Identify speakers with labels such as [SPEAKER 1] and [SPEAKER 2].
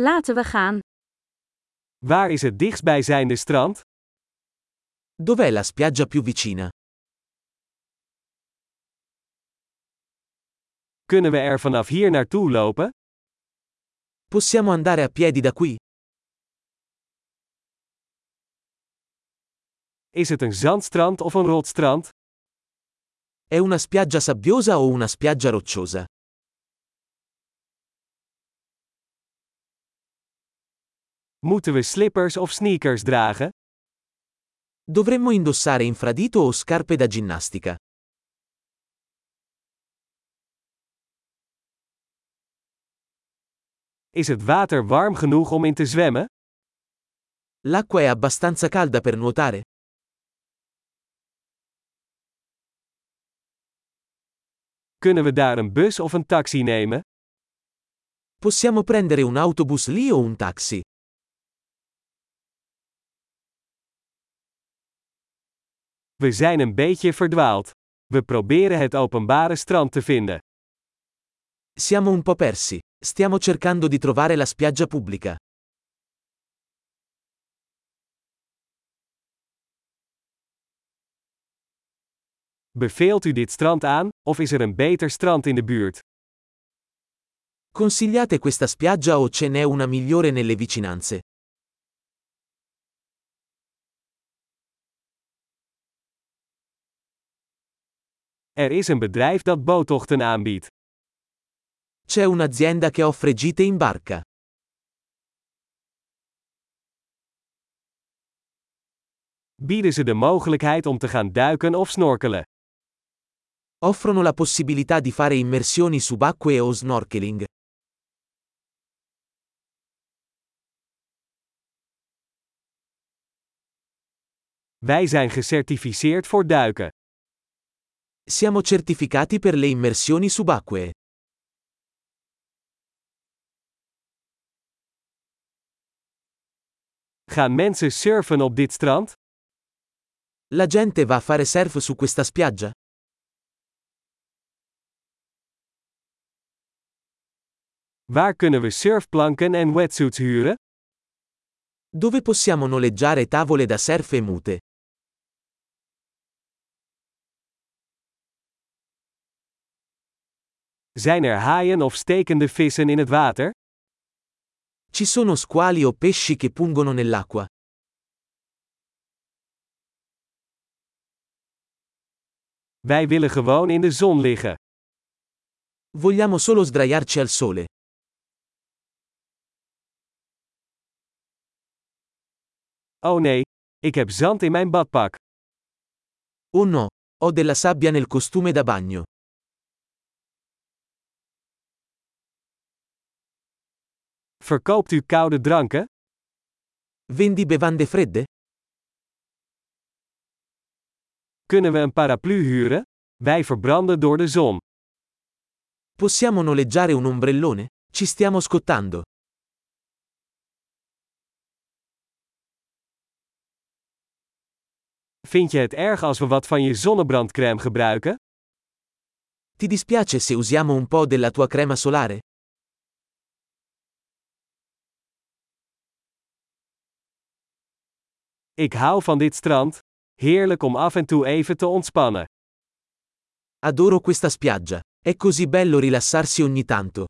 [SPEAKER 1] Laten we gaan.
[SPEAKER 2] Waar is het dichtstbijzijnde strand?
[SPEAKER 3] Dov'è la spiaggia più vicina?
[SPEAKER 2] Kunnen we er vanaf hier naartoe lopen?
[SPEAKER 3] Possiamo andare a piedi da qui?
[SPEAKER 2] Is het een zandstrand of een rotstrand?
[SPEAKER 3] È una spiaggia sabbiosa o una spiaggia rocciosa?
[SPEAKER 2] Moeten we slippers of sneakers dragen?
[SPEAKER 3] Dovremmo indossare infradito o scarpe da ginnastica.
[SPEAKER 2] Is het water warm genoeg om in te zwemmen?
[SPEAKER 3] L'acqua è abbastanza calda per nuotare?
[SPEAKER 2] Kunnen we daar een bus of een taxi nemen?
[SPEAKER 3] Possiamo prendere un autobus lì o un taxi?
[SPEAKER 2] We zijn een beetje verdwaald. We proberen het openbare strand te vinden.
[SPEAKER 3] Siamo un po' persi. Stiamo cercando di trovare la spiaggia pubblica.
[SPEAKER 2] Beveelt u dit strand aan, of is er een beter strand in de buurt?
[SPEAKER 3] Consigliate questa spiaggia o ce n'è una migliore nelle vicinanze?
[SPEAKER 2] Er is een bedrijf dat boottochten aanbiedt.
[SPEAKER 3] C'è un'azienda che offre gite in barca.
[SPEAKER 2] Bieden ze de mogelijkheid om te gaan duiken of snorkelen?
[SPEAKER 3] Offrono la possibilità di fare immersioni subacquee o snorkeling.
[SPEAKER 2] Wij zijn gecertificeerd voor duiken.
[SPEAKER 3] Siamo certificati per le immersioni subacquee.
[SPEAKER 2] Gaan mensen surfen op dit strand?
[SPEAKER 3] La gente va a fare surf su questa spiaggia?
[SPEAKER 2] Waar kunnen we surfplanken en wetsuits huren?
[SPEAKER 3] Dove possiamo noleggiare tavole da surf e mute?
[SPEAKER 2] Zijn er haaien of stekende vissen in het water?
[SPEAKER 3] Ci sono squali o pesci che pungono nell'acqua?
[SPEAKER 2] Wij willen gewoon in de zon liggen.
[SPEAKER 3] Vogliamo solo sdraiarci al sole.
[SPEAKER 2] Oh nee, ik heb zand in mijn badpak.
[SPEAKER 3] Oh no, ho della sabbia nel costume da bagno.
[SPEAKER 2] Verkoopt u koude dranken?
[SPEAKER 3] Vendi bevande fredde?
[SPEAKER 2] Kunnen we een paraplu huren? Wij verbranden door de zon.
[SPEAKER 3] Possiamo noleggiare un ombrellone? Ci stiamo scottando.
[SPEAKER 2] Vind je het erg als we wat van je zonnebrandcrème gebruiken?
[SPEAKER 3] Ti dispiace se usiamo un po' della tua crema solare?
[SPEAKER 2] Ik hou van dit strand. Heerlijk om af en toe even te ontspannen.
[SPEAKER 3] Adoro questa spiaggia. È così bello rilassarsi ogni tanto.